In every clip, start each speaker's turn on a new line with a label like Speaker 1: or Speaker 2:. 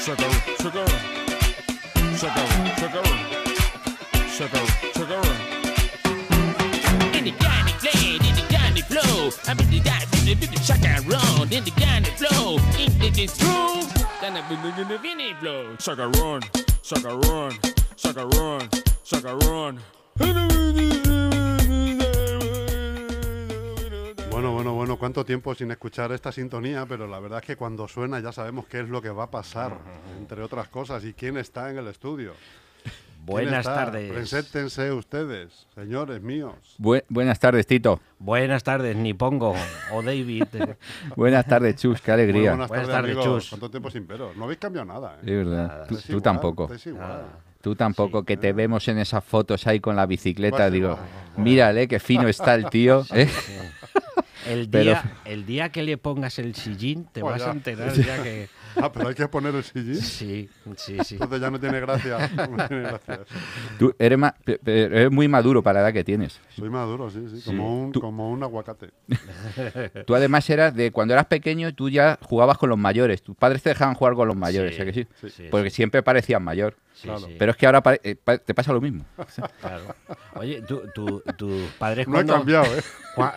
Speaker 1: sugar, sugar, sugar, sugar, sugar, sugar.
Speaker 2: In the kind of play, in the kind of flow. I'm in the dance, in the baby shock and roll. In the kind of flow, in the dance room. Then I be moving the mini flow.
Speaker 1: Sugar run, sugar run, sugar run, sugar run.
Speaker 3: Bueno, bueno, bueno, cuánto tiempo sin escuchar esta sintonía, pero la verdad es que cuando suena ya sabemos qué es lo que va a pasar, entre otras cosas, y quién está en el estudio. ¿Quién
Speaker 4: Buenas
Speaker 3: está?
Speaker 4: tardes.
Speaker 3: Preséntense ustedes, señores míos.
Speaker 5: Bu- buenas tardes, Tito.
Speaker 4: Buenas tardes, Nipongo o David. eh,
Speaker 5: Buenas tardes, Chus. Qué
Speaker 3: Muy
Speaker 5: alegría.
Speaker 3: buenas
Speaker 4: Buenas
Speaker 3: tardes,
Speaker 4: tardes,
Speaker 3: amigos.
Speaker 4: Chus.
Speaker 3: ¿Cuánto tiempo sin veros? No habéis cambiado nada,
Speaker 5: Sí,
Speaker 3: ¿eh?
Speaker 5: verdad. Tú,
Speaker 3: Estáis
Speaker 5: tú
Speaker 3: igual,
Speaker 5: tampoco.
Speaker 3: estáis igual.
Speaker 4: Ah.
Speaker 5: Tú tampoco, que
Speaker 3: eh.
Speaker 5: te vemos en esas fotos ahí con la bicicleta.
Speaker 3: Vas
Speaker 5: Digo,
Speaker 3: igual, vas
Speaker 5: mírale, qué fino está el tío. ¿eh?
Speaker 4: El
Speaker 5: Pero-
Speaker 4: día, el día que le pongas el sillín te
Speaker 3: Pues
Speaker 4: vas
Speaker 3: ya.
Speaker 4: a enterar ya que...
Speaker 3: Ah, pero hay que poner el sillín.
Speaker 4: Sí, sí, sí.
Speaker 3: Entonces ya no tiene gracia. No tiene gracia eso.
Speaker 5: Tú eres, ma- pe- pe- eres muy maduro para la edad que tienes.
Speaker 3: Soy maduro, sí, sí, como un,
Speaker 5: Tú-
Speaker 3: como un aguacate.
Speaker 5: Tú además eras de cuando eras pequeño, tú ya jugabas con los mayores. Tus padres te dejaban jugar con los mayores,
Speaker 4: Sí,
Speaker 5: ¿a que sí?
Speaker 4: sí, sí.
Speaker 5: Porque siempre parecías mayor.
Speaker 4: Sí,
Speaker 3: Claro.
Speaker 4: sí,
Speaker 5: Pero es que ahora pare- eh, pa- te pasa lo mismo.
Speaker 4: claro. Oye, tú- tú- tus padres
Speaker 3: No
Speaker 4: cuando...
Speaker 3: he cambiado, ¿eh?
Speaker 4: cua-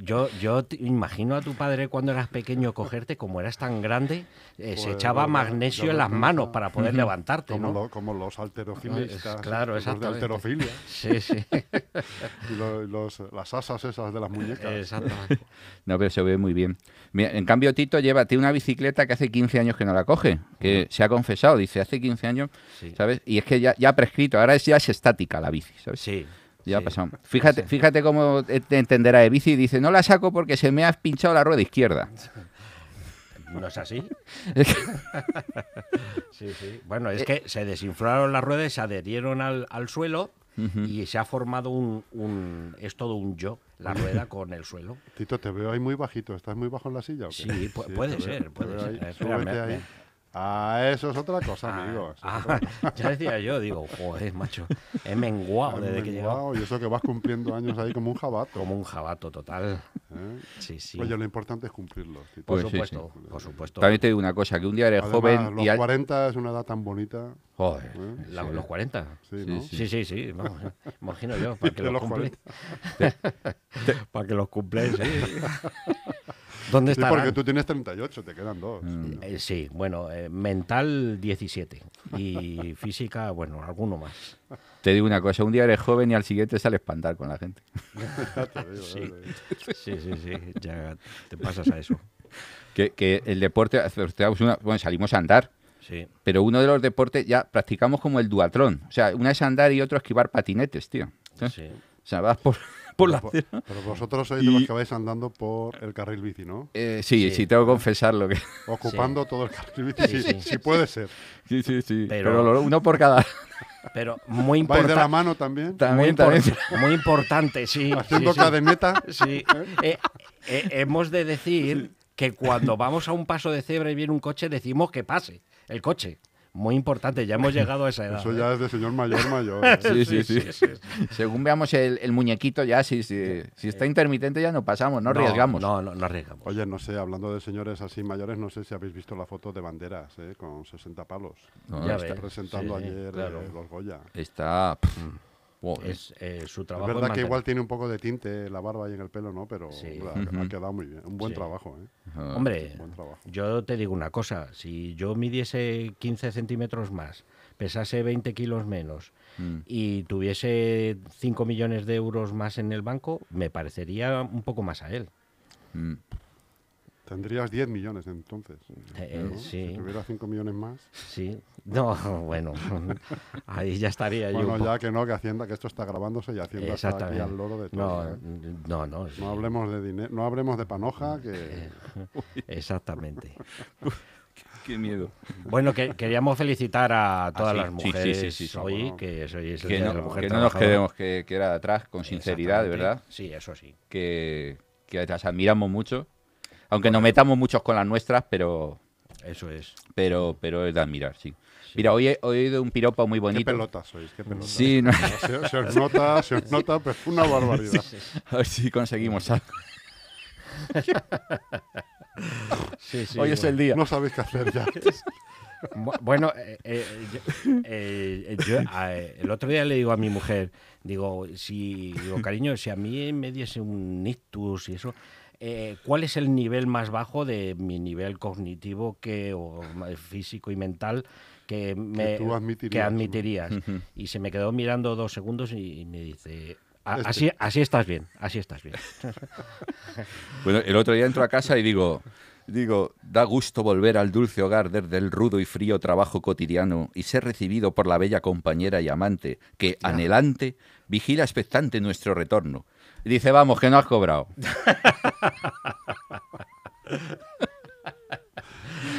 Speaker 4: Yo, yo te imagino a tu padre cuando eras pequeño cogerte, como eras tan grande, eh, se
Speaker 3: Pues,
Speaker 4: echaba
Speaker 3: la verdad, yo
Speaker 4: magnesio en
Speaker 3: lo
Speaker 4: las
Speaker 3: pienso.
Speaker 4: manos para poder levantarte,
Speaker 3: Como,
Speaker 4: ¿no?
Speaker 3: lo- como los alterofilistas.
Speaker 4: Claro,
Speaker 3: los de
Speaker 4: exactamente.
Speaker 3: alterofilia.
Speaker 4: Sí, sí,
Speaker 3: Y lo- los- las asas esas de las muñecas.
Speaker 4: exactamente.
Speaker 5: No, pero se ve muy bien. Mira, en cambio, Tito lleva tiene una bicicleta que hace 15 años que no la coge, que se ha confesado, dice, hace 15 años,
Speaker 4: Sí.
Speaker 5: ¿sabes? Y es que ya, ya ha prescrito, ahora es, ya es estática la bici, ¿sabes?
Speaker 4: Sí.
Speaker 5: Ya ha
Speaker 4: sí.
Speaker 5: pasado. Fíjate, fíjate cómo eh, te entenderá de bici, dice, no la saco porque se me ha pinchado la rueda izquierda.
Speaker 4: ¿No es así?
Speaker 5: Es que-
Speaker 4: Sí, sí. Bueno, es que se desinflaron las ruedas, se adherieron al, al suelo y se ha formado un, un- Es todo un yo, la rueda con el suelo.
Speaker 3: Tito, te veo ahí muy bajito. ¿Estás muy bajo en la silla o qué?
Speaker 4: Sí, pu- puede
Speaker 3: te veo-
Speaker 4: ser,
Speaker 3: te
Speaker 4: puede
Speaker 3: veo
Speaker 4: ser.
Speaker 3: ahí.
Speaker 4: Espera,
Speaker 3: Súbete
Speaker 4: me-
Speaker 3: ahí.
Speaker 4: me-
Speaker 3: Ah, eso es otra cosa, amigos.
Speaker 4: Ah, ya decía yo, digo, joder, macho, he menguado ah, desde que he llegado.
Speaker 3: Wow, y eso que vas cumpliendo años ahí como un jabato.
Speaker 4: Como un jabato total.
Speaker 3: ¿eh?
Speaker 4: Sí, sí.
Speaker 3: Oye, lo importante es cumplirlo. Tito.
Speaker 4: por
Speaker 5: Pues sí,
Speaker 4: supuesto,
Speaker 3: sí.
Speaker 4: por supuesto.
Speaker 5: También te digo una cosa, que un día eres
Speaker 3: Además,
Speaker 5: joven
Speaker 3: los
Speaker 5: y al-
Speaker 3: 40 es una edad tan bonita.
Speaker 4: Joder,
Speaker 3: ¿Eh?
Speaker 4: la- los 40.
Speaker 3: Sí, ¿no?
Speaker 4: Sí, sí, sí, vamos, eh. imagino yo, para que
Speaker 3: De
Speaker 4: los,
Speaker 3: los
Speaker 4: cumple. para que los cumple, sí. ¿Dónde
Speaker 3: Sí,
Speaker 4: está?
Speaker 3: porque tú tienes 38, te quedan dos.
Speaker 4: Eh, sí, bueno, eh, mental 17 y física, bueno, alguno más.
Speaker 5: te digo una cosa, un día eres joven y al siguiente sales a andar con la gente.
Speaker 4: Sí, sí, sí, sí, ya te pasas a eso.
Speaker 5: Que, que el deporte, hacemos una- bueno, salimos a andar,
Speaker 4: Sí,
Speaker 5: Pero uno de los deportes ya practicamos como el duatlón. O sea, una es andar y otro esquivar patinetes, tío. ¿Eh?
Speaker 4: sí.
Speaker 5: O sea, vas por, por la
Speaker 3: Pero,
Speaker 5: acera.
Speaker 3: pero vosotros sois de los que vais andando por el carril bici, ¿no?
Speaker 5: Eh, sí,
Speaker 4: Sí.
Speaker 5: sí, tengo que confesarlo. Que...
Speaker 3: Ocupando todo el carril bici,
Speaker 4: Sí,
Speaker 3: sí,
Speaker 4: sí.
Speaker 3: sí puede ser.
Speaker 5: Sí, sí, sí.
Speaker 4: Pero-
Speaker 5: Pero, lo- uno por cada.
Speaker 4: Pero muy
Speaker 3: ¿Vais de la
Speaker 4: importante.
Speaker 3: mano también?
Speaker 4: Muy,
Speaker 5: También,
Speaker 4: impor-
Speaker 5: también.
Speaker 4: muy importante, sí.
Speaker 3: ¿Haciendo
Speaker 4: sí, sí.
Speaker 3: cadeneta?
Speaker 4: Sí. Eh, eh, hemos de decir que cuando vamos a un paso de cebra y viene un coche, decimos que pase el coche. Muy importante, ya hemos llegado a esa edad.
Speaker 3: Eso ya es de señor mayor mayor. ¿eh?
Speaker 5: Sí, sí, sí. Según veamos el, el muñequito, ya si, si, si está intermitente, ya no pasamos, no arriesgamos.
Speaker 4: No, no, no arriesgamos.
Speaker 3: Oye, no sé, hablando de señores así mayores, no sé si habéis visto la foto de banderas, ¿eh? con 60 palos.
Speaker 5: No,
Speaker 4: Ya
Speaker 5: está-
Speaker 4: ves.
Speaker 3: Está presentando
Speaker 4: Sí,
Speaker 3: ayer
Speaker 4: claro.
Speaker 3: eh, los Goya.
Speaker 5: Está. pff, wow,
Speaker 4: Es eh, su
Speaker 3: Es
Speaker 4: trabajo.
Speaker 3: verdad que
Speaker 4: mantener-
Speaker 3: igual tiene un poco de tinte la barba y en el pelo, ¿no? Pero
Speaker 4: Sí.
Speaker 3: hombre, ha- ha quedado muy bien. Un buen trabajo, ¿eh?
Speaker 5: ah,
Speaker 4: Hombre,
Speaker 3: Buen trabajo.
Speaker 4: yo te digo una cosa, si yo midiese 15 centímetros más, pesase 20 kilos menos
Speaker 5: Mm.
Speaker 4: y tuviese 5 millones de euros más en el banco, me parecería un poco más a él.
Speaker 5: mm.
Speaker 3: Tendrías 10 millones entonces.
Speaker 4: Eh,
Speaker 3: ¿no?
Speaker 4: sí.
Speaker 3: Si tuviera 5 millones más.
Speaker 4: Sí, no, bueno, ahí ya estaría yo. un
Speaker 3: Bueno,
Speaker 4: po-
Speaker 3: ya que no, que Hacienda, que esto está grabándose y Hacienda está aquí
Speaker 4: Exactamente.
Speaker 3: al loro de todo.
Speaker 4: no,
Speaker 3: ¿eh?
Speaker 4: no, no, sí,
Speaker 3: No hablemos de dinero, no hablemos de panoja,
Speaker 4: Eh,
Speaker 3: que
Speaker 4: exactamente.
Speaker 5: Qué miedo.
Speaker 4: Bueno, que- queríamos felicitar a todas
Speaker 5: sí,
Speaker 4: las
Speaker 5: Ah, sí, sí, sí,
Speaker 4: mujeres
Speaker 5: sí, sí,
Speaker 4: hoy,
Speaker 3: bueno.
Speaker 4: que sois el
Speaker 5: Que
Speaker 4: Día de la
Speaker 5: no,
Speaker 4: Mujer
Speaker 5: que no nos
Speaker 4: Trabajadora.
Speaker 5: quedemos que, que era atrás, con sinceridad, de
Speaker 4: Exactamente.
Speaker 5: verdad.
Speaker 4: Sí, eso sí.
Speaker 5: que, que las admiramos mucho. Aunque nos metamos muchos con las nuestras, pero,
Speaker 4: Eso es.
Speaker 5: pero, pero es de admirar, sí. Mira, hoy he, hoy he oído un piropo muy
Speaker 3: qué
Speaker 5: bonito.
Speaker 3: pelotas sois, qué pelotas.
Speaker 5: Sí, no-
Speaker 3: Se, se os nota, se os nota, pero una barbaridad.
Speaker 5: a ver si conseguimos algo.
Speaker 4: Sí, sí,
Speaker 5: Hoy es
Speaker 4: bueno.
Speaker 5: el día.
Speaker 3: No sabéis qué hacer ya.
Speaker 4: Bu- Bueno, eh, eh, yo- eh, yo, a- el otro día le digo a mi mujer, digo, si, digo, cariño, si a mí me diese un ictus y eso, eh, ¿cuál es el nivel más bajo de mi nivel cognitivo que, o ma- físico y mental que, me,
Speaker 3: tú admitirías,
Speaker 4: que
Speaker 3: ¿no?
Speaker 4: admitirías? Y se me quedó mirando dos segundos y, y me dice, "A-
Speaker 3: Este.
Speaker 4: así, así estás bien, así estás bien.
Speaker 5: Bueno, el otro día entro a casa y digo, digo, da gusto volver al dulce hogar desde el rudo y frío trabajo cotidiano y ser recibido por la bella compañera y amante que, anhelante, vigila expectante nuestro retorno. Y dice, vamos, que no has cobrado.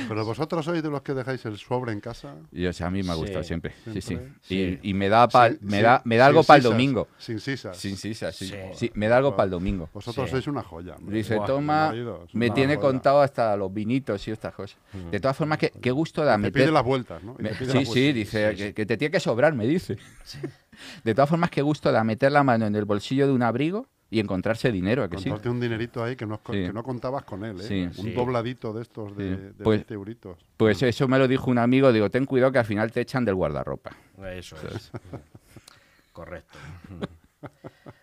Speaker 3: Pero vosotros sois de los que dejáis el sobre en casa.
Speaker 5: Y, o sea, a mí me ha gustado
Speaker 4: Sí,
Speaker 5: siempre. Sí, sí.
Speaker 3: siempre.
Speaker 4: Sí.
Speaker 5: Y, y me da, pa-
Speaker 3: Sin-
Speaker 5: me
Speaker 3: sin-
Speaker 5: da, me da
Speaker 3: sin
Speaker 5: algo para el
Speaker 3: sisas,
Speaker 5: domingo.
Speaker 3: Sin sisas.
Speaker 5: Sí, sí, sí, sí.
Speaker 4: Sí.
Speaker 5: Sí, me da algo para el domingo.
Speaker 3: Vosotros
Speaker 4: Sí.
Speaker 3: sois una joya. hombre.
Speaker 5: Dice,
Speaker 3: Buah,
Speaker 5: toma,
Speaker 3: mi marido es
Speaker 5: me
Speaker 3: una
Speaker 5: tiene
Speaker 3: joya.
Speaker 5: contado hasta los vinitos y estas cosas. De todas formas, qué, qué gusto da
Speaker 3: Te
Speaker 5: meter...
Speaker 3: pide las vueltas, ¿no? Y
Speaker 5: Me-
Speaker 3: te
Speaker 5: sí,
Speaker 3: pide
Speaker 5: sí,
Speaker 3: las vueltas.
Speaker 5: dice Que, que te tiene que sobrar, me dice. De todas formas, qué gusto da meter la mano en el bolsillo de un abrigo y encontrarse dinero, ¿a que sí?
Speaker 3: Contarte un dinerito ahí que no,
Speaker 5: Sí.
Speaker 3: que no contabas con él, ¿eh?
Speaker 5: Sí.
Speaker 3: un
Speaker 4: Sí.
Speaker 3: dobladito de estos de,
Speaker 5: Sí.
Speaker 3: de
Speaker 5: Pues-
Speaker 3: 20 euritos.
Speaker 5: Pues eso me lo dijo un amigo, digo, ten cuidado que al final te echan del guardarropa.
Speaker 4: Eso es. Correcto.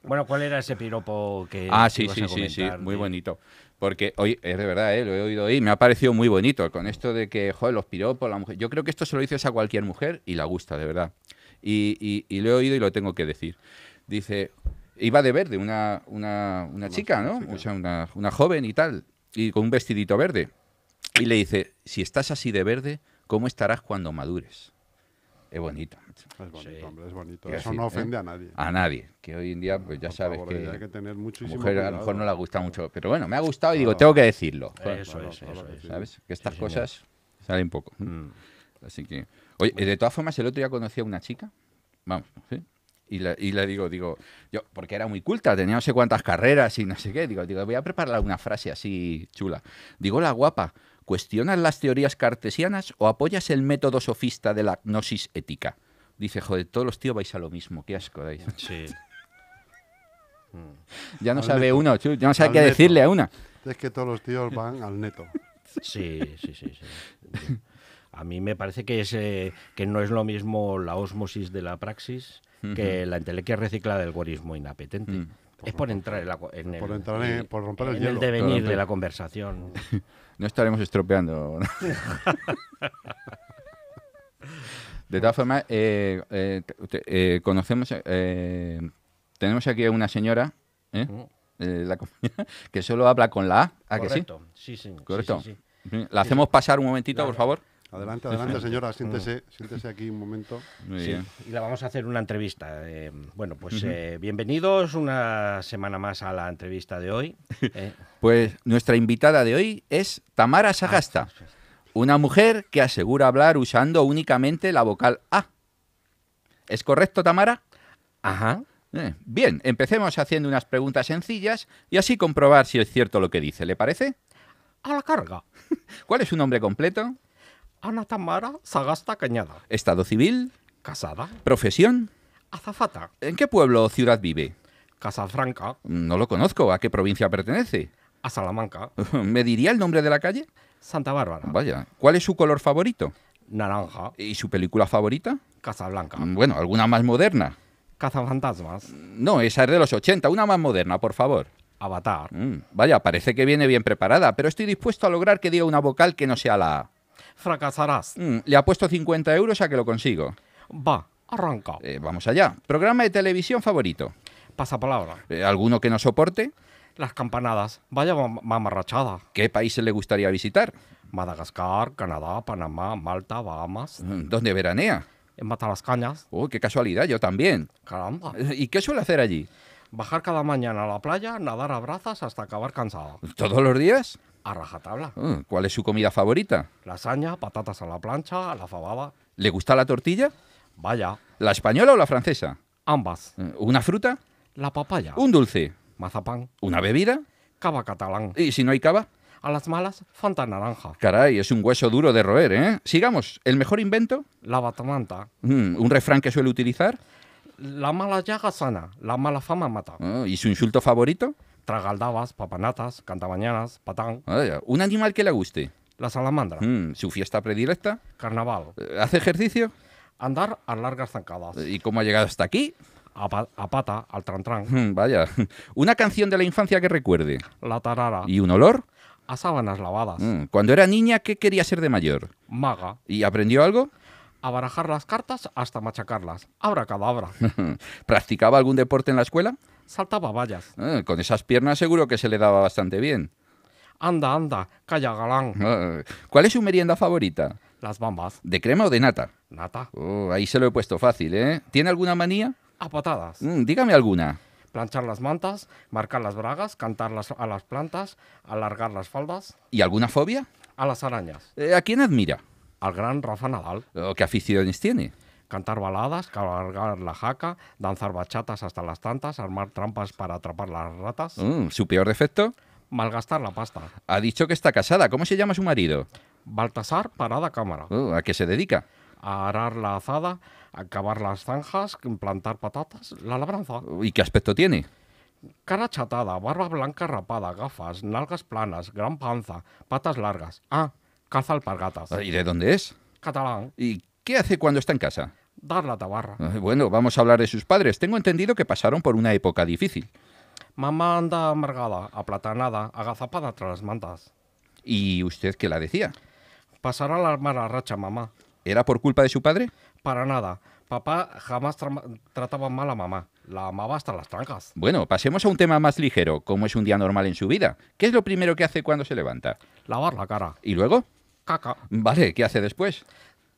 Speaker 4: Bueno, ¿cuál era ese piropo que
Speaker 5: ah,
Speaker 4: que
Speaker 5: sí,
Speaker 4: ibas
Speaker 5: sí,
Speaker 4: a
Speaker 5: sí, sí,
Speaker 4: comentar
Speaker 5: muy
Speaker 4: de-
Speaker 5: bonito. Porque hoy, es de verdad, ¿eh? lo he oído hoy, me ha parecido muy bonito con esto de que, joder, los piropos, la mujer. Yo creo que esto se lo dices a cualquier mujer y la gusta, de verdad. Y, y- y lo he oído y lo tengo que decir. Dice, iba de verde, una, una, una chica, ¿no? O sea, una, una joven y tal, y con un vestidito verde. Y le dice, si estás así de verde, ¿cómo estarás cuando madures? Es bonito.
Speaker 3: Es bonito,
Speaker 4: Sí.
Speaker 3: hombre, es bonito.
Speaker 5: Quiero
Speaker 3: Eso
Speaker 5: decir,
Speaker 3: no
Speaker 5: ¿eh?
Speaker 3: ofende a nadie.
Speaker 5: A nadie. Que hoy en día, pues ya
Speaker 3: Por
Speaker 5: sabes
Speaker 3: favor,
Speaker 5: que...
Speaker 3: Hay que tener
Speaker 5: La
Speaker 3: muchísimo
Speaker 5: mujer a lo
Speaker 3: cuidado.
Speaker 5: mejor no le gusta mucho, pero bueno, me ha gustado y digo,
Speaker 3: Claro.
Speaker 5: tengo que decirlo. joder,
Speaker 4: Eso
Speaker 3: Claro,
Speaker 4: es,
Speaker 3: claro
Speaker 4: eso
Speaker 3: que
Speaker 4: es.
Speaker 3: sí.
Speaker 5: ¿Sabes? Que estas
Speaker 4: Sí, señor.
Speaker 5: cosas salen poco. Así que. Oye, eh, de todas formas, el otro día conocí a una chica. Vamos, ¿sí? Y le y le digo, digo, yo, porque era muy culta, tenía no sé cuántas carreras y no sé qué. Digo, digo, voy a preparar una frase así chula. Digo, la guapa, ¿cuestionas las teorías cartesianas o apoyas el método sofista de la gnosis ética? Dice, joder, todos los tíos vais a lo mismo, qué asco dais.
Speaker 4: Sí.
Speaker 5: Ya no
Speaker 3: Al
Speaker 5: sabe
Speaker 3: neto.
Speaker 5: uno, chu, ya no sabe
Speaker 3: Al
Speaker 5: qué
Speaker 3: neto.
Speaker 5: decirle a una.
Speaker 3: Es que todos los tíos van al neto.
Speaker 4: Sí, sí, sí, sí. A mí me parece que, es, eh, que no es lo mismo la osmosis de la praxis que la entelequia reciclada del guarismo inapetente.
Speaker 5: Mm.
Speaker 4: Es por entrar en, la co- en el,
Speaker 3: Por entrar en- por romper el
Speaker 4: en
Speaker 3: hielo.
Speaker 5: Por
Speaker 4: devenir
Speaker 5: romper.
Speaker 4: de la conversación.
Speaker 5: No estaremos estropeando. De todas formas, eh, eh, te- eh, conocemos, eh, tenemos aquí a una señora, ¿eh?
Speaker 4: Oh.
Speaker 5: Eh, la com- que solo habla con la A, ¿a ¿Ah, que sí?
Speaker 4: Correcto. Sí, sí. sí,
Speaker 5: Correcto.
Speaker 4: sí, sí.
Speaker 5: La hacemos pasar un momentito, por favor.
Speaker 3: Adelante, adelante, señora. Siéntese, siéntese aquí un momento.
Speaker 5: Muy
Speaker 4: Sí,
Speaker 5: bien.
Speaker 4: y la vamos a hacer una entrevista. eh, bueno, pues eh, bienvenidos una semana más a la entrevista de hoy. eh.
Speaker 5: Pues nuestra invitada de hoy es
Speaker 4: Ah,
Speaker 5: Tamara Sagasta, una mujer que asegura hablar usando únicamente la vocal A. ¿Es correcto, Tamara?
Speaker 4: Ajá.
Speaker 5: Eh, Bien, empecemos haciendo unas preguntas sencillas y así comprobar si es cierto lo que dice. ¿Le parece?
Speaker 4: A la carga.
Speaker 5: ¿Cuál es su nombre completo?
Speaker 4: Ana Tamara Sagasta Cañada.
Speaker 5: ¿Estado civil?
Speaker 4: Casada.
Speaker 5: ¿Profesión?
Speaker 4: Azafata.
Speaker 5: ¿En qué pueblo o ciudad vive?
Speaker 4: Casafranca.
Speaker 5: No lo conozco. ¿A qué provincia pertenece?
Speaker 4: A Salamanca.
Speaker 5: ¿Me diría el nombre de la calle?
Speaker 4: Santa Bárbara.
Speaker 5: Vaya. ¿Cuál es su color favorito?
Speaker 4: Naranja.
Speaker 5: ¿Y su película favorita?
Speaker 4: Casablanca.
Speaker 5: Bueno, alguna más moderna.
Speaker 4: Cazafantasmas.
Speaker 5: No, esa es de los 80. Una más moderna, por favor.
Speaker 4: Avatar.
Speaker 5: Mm, Vaya, parece que viene bien preparada, pero estoy dispuesto a lograr que diga una vocal que no sea la A.
Speaker 4: Fracasarás.
Speaker 5: Mm, Le apuesto 50 euros a que lo consigo.
Speaker 4: Va. Arranca.
Speaker 5: Eh, vamos allá. Programa de televisión favorito.
Speaker 4: Pasapalabra.
Speaker 5: Eh, ¿Alguno que no soporte?
Speaker 4: Las campanadas. Vaya mam- mamarrachada.
Speaker 5: ¿Qué países le gustaría visitar?
Speaker 4: Madagascar, Canadá, Panamá, Malta, Bahamas.
Speaker 5: Mm, ¿Dónde veranea?
Speaker 4: En Mata las Cañas.
Speaker 5: Oh, qué casualidad, yo también.
Speaker 4: Caramba.
Speaker 5: Eh, ¿Y qué suele hacer allí?
Speaker 4: Bajar cada mañana a la playa, nadar a brazas hasta acabar cansado.
Speaker 5: ¿Todos los días?
Speaker 4: A rajatabla.
Speaker 5: Oh, ¿Cuál es su comida favorita?
Speaker 4: Lasaña, patatas a la plancha, a la fabada.
Speaker 5: ¿Le gusta la tortilla?
Speaker 4: Vaya.
Speaker 5: ¿La española o la francesa?
Speaker 4: Ambas.
Speaker 5: Eh, ¿Una fruta?
Speaker 4: La papaya.
Speaker 5: ¿Un dulce?
Speaker 4: Mazapán.
Speaker 5: ¿Una bebida?
Speaker 4: Cava catalán.
Speaker 5: ¿Y si no hay cava?
Speaker 4: A las malas, Fanta naranja.
Speaker 5: Caray, es un hueso duro de roer, ¿eh? Sigamos, ¿el mejor invento?
Speaker 4: La batamanta.
Speaker 5: Mm, ¿Un refrán que suele utilizar?
Speaker 4: La mala llaga sana. La mala fama mata.
Speaker 5: Oh, ¿Y su Mm, insulto favorito?
Speaker 4: tragaldabas, papanatas, cantamañanas, patán,
Speaker 5: Vaya, Un animal que le guste.
Speaker 4: la salamandra,
Speaker 5: Mm, su fiesta predilecta.
Speaker 4: carnaval,
Speaker 5: eh, ¿Hace ejercicio? eh,
Speaker 4: andar a largas zancadas,
Speaker 5: ¿Y cómo ha llegado hasta aquí?
Speaker 4: a, pa- a pata, al trantrán,
Speaker 5: Mm, Vaya. Una canción de la infancia que recuerde.
Speaker 4: la tarara,
Speaker 5: ¿Y un olor?
Speaker 4: a sábanas lavadas,
Speaker 5: Mm, Cuando era niña, ¿qué quería ser de mayor?
Speaker 4: maga,
Speaker 5: ¿Y aprendió algo?
Speaker 4: a barajar las cartas hasta machacarlas, abracadabra,
Speaker 5: ¿Practicaba algún deporte en la escuela?
Speaker 4: saltaba vallas,
Speaker 5: Ah, con esas piernas seguro que se le daba bastante bien.
Speaker 4: anda, anda, calla galán,
Speaker 5: Ah, ¿Cuál es su merienda favorita?
Speaker 4: las bambas,
Speaker 5: ¿De crema o de nata?
Speaker 4: nata,
Speaker 5: Oh, ahí se lo he puesto fácil, ¿eh? ¿Tiene alguna manía?
Speaker 4: a patadas,
Speaker 5: Mm, dígame alguna.
Speaker 4: planchar las mantas, marcar las bragas, cantarlas a las plantas, alargar las faldas,
Speaker 5: ¿Y alguna fobia?
Speaker 4: a las arañas,
Speaker 5: Eh, ¿A quién admira?
Speaker 4: al gran Rafa Nadal,
Speaker 5: ¿O qué aficiones tiene?
Speaker 4: cantar baladas, cargar la jaca, danzar bachatas hasta las tantas, armar trampas para atrapar las ratas,
Speaker 5: Mm, ¿Su peor defecto?
Speaker 4: malgastar la pasta,
Speaker 5: Ha dicho que está casada. ¿Cómo se llama su marido?
Speaker 4: Baltasar parada cámara,
Speaker 5: Oh, ¿A qué se dedica?
Speaker 4: a arar la azada, a cavar las zanjas, plantar patatas, la labranza,
Speaker 5: Oh, ¿Y qué aspecto tiene?
Speaker 4: cara chatada, barba blanca rapada, gafas, nalgas planas, gran panza, patas largas, ah, caza alpargatas,
Speaker 5: Ah, ¿Y de dónde es?
Speaker 4: catalán,
Speaker 5: ¿Y qué hace cuando está en casa?
Speaker 4: dar la tabarra.
Speaker 5: Ah, Bueno, vamos a hablar de sus padres. Tengo entendido que pasaron por una época difícil.
Speaker 4: Mamá anda amargada, aplatanada, agazapada tras las mantas.
Speaker 5: ¿Y usted qué la decía?
Speaker 4: Pasará la mala racha, mamá.
Speaker 5: ¿Era por culpa de su padre?
Speaker 4: Para nada. Papá jamás tra- trataba mal a mamá. La amaba hasta las trancas.
Speaker 5: Bueno, pasemos a un tema más ligero, como es un día normal en su vida. ¿Qué es lo primero que hace cuando se levanta?
Speaker 4: Lavar la cara.
Speaker 5: ¿Y luego?
Speaker 4: Caca.
Speaker 5: Vale, ¿qué hace después?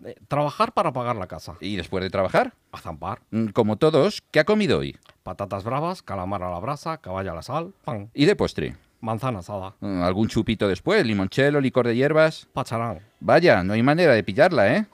Speaker 4: Eh, trabajar para pagar la casa.
Speaker 5: ¿Y después de trabajar?
Speaker 4: Azampar.
Speaker 5: Mm, Como todos, ¿qué ha comido hoy?
Speaker 4: Patatas bravas, calamar a la brasa, caballa a la sal, pan.
Speaker 5: ¿Y de postre?
Speaker 4: Manzana asada.
Speaker 5: Mm, ¿Algún chupito después? ¿Limonchelo, licor de hierbas?
Speaker 4: Pacharán.
Speaker 5: Vaya, no hay manera de pillarla, ¿eh?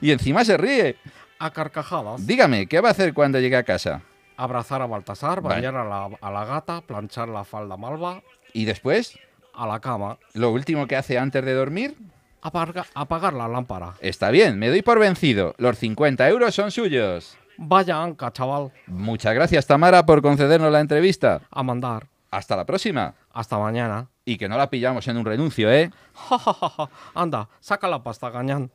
Speaker 5: y encima se ríe.
Speaker 4: A carcajadas.
Speaker 5: Dígame, ¿qué va a hacer cuando llegue a casa?
Speaker 4: Abrazar a Baltasar,
Speaker 5: Vale.
Speaker 4: bañar a la, a la gata, planchar la falda malva,
Speaker 5: ¿Y después?
Speaker 4: a la cama,
Speaker 5: ¿Lo último que hace antes de dormir?
Speaker 4: aparga- apagar la lámpara.
Speaker 5: Está bien, me doy por vencido. Los 50 euros son suyos.
Speaker 4: Vaya anca, chaval.
Speaker 5: Muchas gracias, Tamara, por concedernos la entrevista.
Speaker 4: a mandar.
Speaker 5: Hasta la próxima.
Speaker 4: Hasta mañana.
Speaker 5: Y que no la pillamos en un renuncio, ¿eh?
Speaker 4: Ja, ja, ja, ja. Anda, saca la pasta, gañán.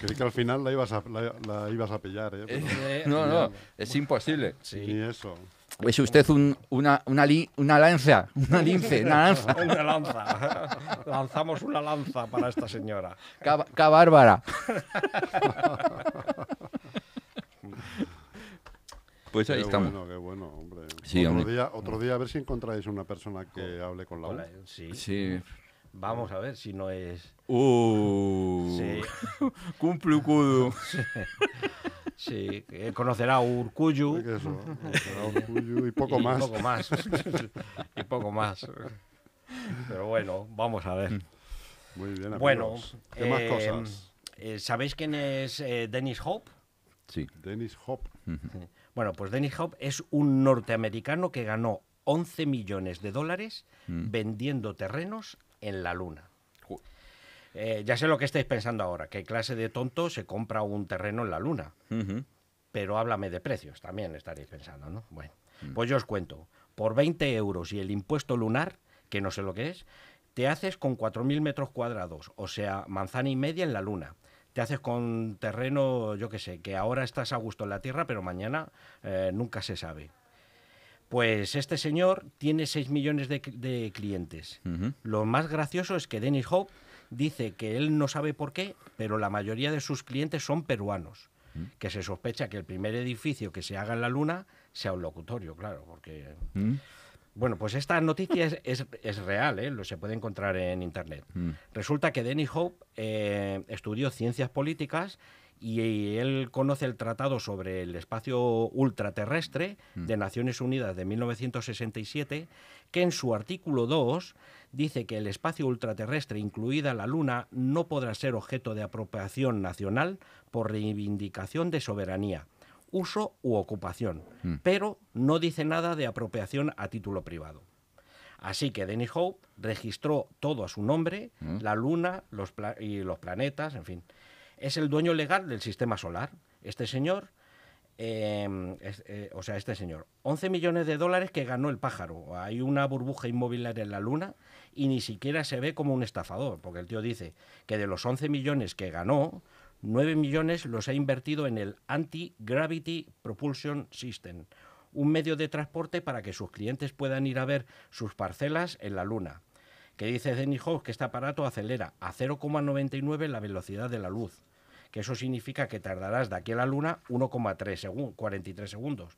Speaker 3: Creí que al final la ibas a, la, la ibas a pillar, ¿eh? Pero
Speaker 5: No, no, es imposible.
Speaker 3: Ni eso.
Speaker 5: Es usted un- una, una, li- una lanza, una lince, una lanza.
Speaker 4: Una lanza. Lanzamos una lanza para esta señora.
Speaker 5: Ca, ca bárbara. Pues ahí
Speaker 3: qué
Speaker 5: estamos.
Speaker 3: bueno, qué bueno, hombre.
Speaker 5: Sí,
Speaker 3: otro,
Speaker 5: hombre.
Speaker 3: Día, otro día a ver si encontráis una persona que hable con la voz.
Speaker 4: Sí.
Speaker 5: Sí.
Speaker 4: Vamos a ver si no es.
Speaker 5: Uh.
Speaker 4: Sí.
Speaker 5: Cumple o cudo.
Speaker 4: Sí. eh, Conocerá a Urcuyu.
Speaker 3: ¿Qué es eso? Uy, uy, y poco
Speaker 4: y
Speaker 3: más.
Speaker 4: Poco más. y poco más. Pero bueno, vamos a ver.
Speaker 3: Muy bien,
Speaker 4: Bueno,
Speaker 3: amigos. ¿Qué más
Speaker 4: eh,
Speaker 3: cosas?
Speaker 4: eh, ¿sabéis quién es eh, Dennis Hope?
Speaker 5: Sí.
Speaker 3: Dennis Hop.
Speaker 4: Bueno, pues Dennis Hope es un norteamericano que ganó 11 millones de dólares vendiendo terrenos en la luna.
Speaker 5: Ju-
Speaker 4: Eh, ya sé lo que estáis pensando ahora, qué clase de tonto se compra un terreno en la luna.
Speaker 5: Ujú.
Speaker 4: Pero háblame de precios, también estaréis pensando, ¿no? Bueno, pues yo os cuento, por 20 euros y el impuesto lunar, que no sé lo que es, te haces con 4.000 metros cuadrados, o sea, manzana y media en la luna. Te haces con terreno, yo qué sé, que ahora estás a gusto en la tierra, pero mañana eh, nunca se sabe. Pues este señor tiene 6 millones de, cl- de clientes.
Speaker 5: Ujú.
Speaker 4: Lo más gracioso es que Dennis Hope dice que él no sabe por qué, pero la mayoría de sus clientes son peruanos, que se sospecha que el primer edificio que se haga en la Luna sea un locutorio, claro, porque...
Speaker 5: Mm.
Speaker 4: Bueno, pues esta noticia es, es- es real, ¿eh? lo se puede encontrar en Internet.
Speaker 5: Mm.
Speaker 4: Resulta que Dennis Hope eh, estudió ciencias políticas y, él conoce el Tratado sobre el Espacio Ultraterrestre de Naciones Unidas de 1967, que en su artículo 2 dice que el espacio ultraterrestre, incluida la Luna, no podrá ser objeto de apropiación nacional por reivindicación de soberanía uso u ocupación, pero no dice nada de apropiación a título privado. Así que Dennis Hope registró todo a su nombre, la luna los pla- y los planetas, en fin. Es el dueño legal del sistema solar. Este señor eh, es- eh, o sea, este señor, 11 millones de dólares que ganó el pájaro. Hay una burbuja inmobiliaria en la luna y ni siquiera se ve como un estafador, porque el tío dice que de los 11 millones que ganó, 9 millones los ha invertido en el Anti-Gravity Propulsion System, un medio de transporte para que sus clientes puedan ir a ver sus parcelas en la luna que dice Dennis Hobbs que este aparato acelera a 0,99 la velocidad de la luz, que eso significa que tardarás de aquí a la luna 1,3 segun- 43 segundos,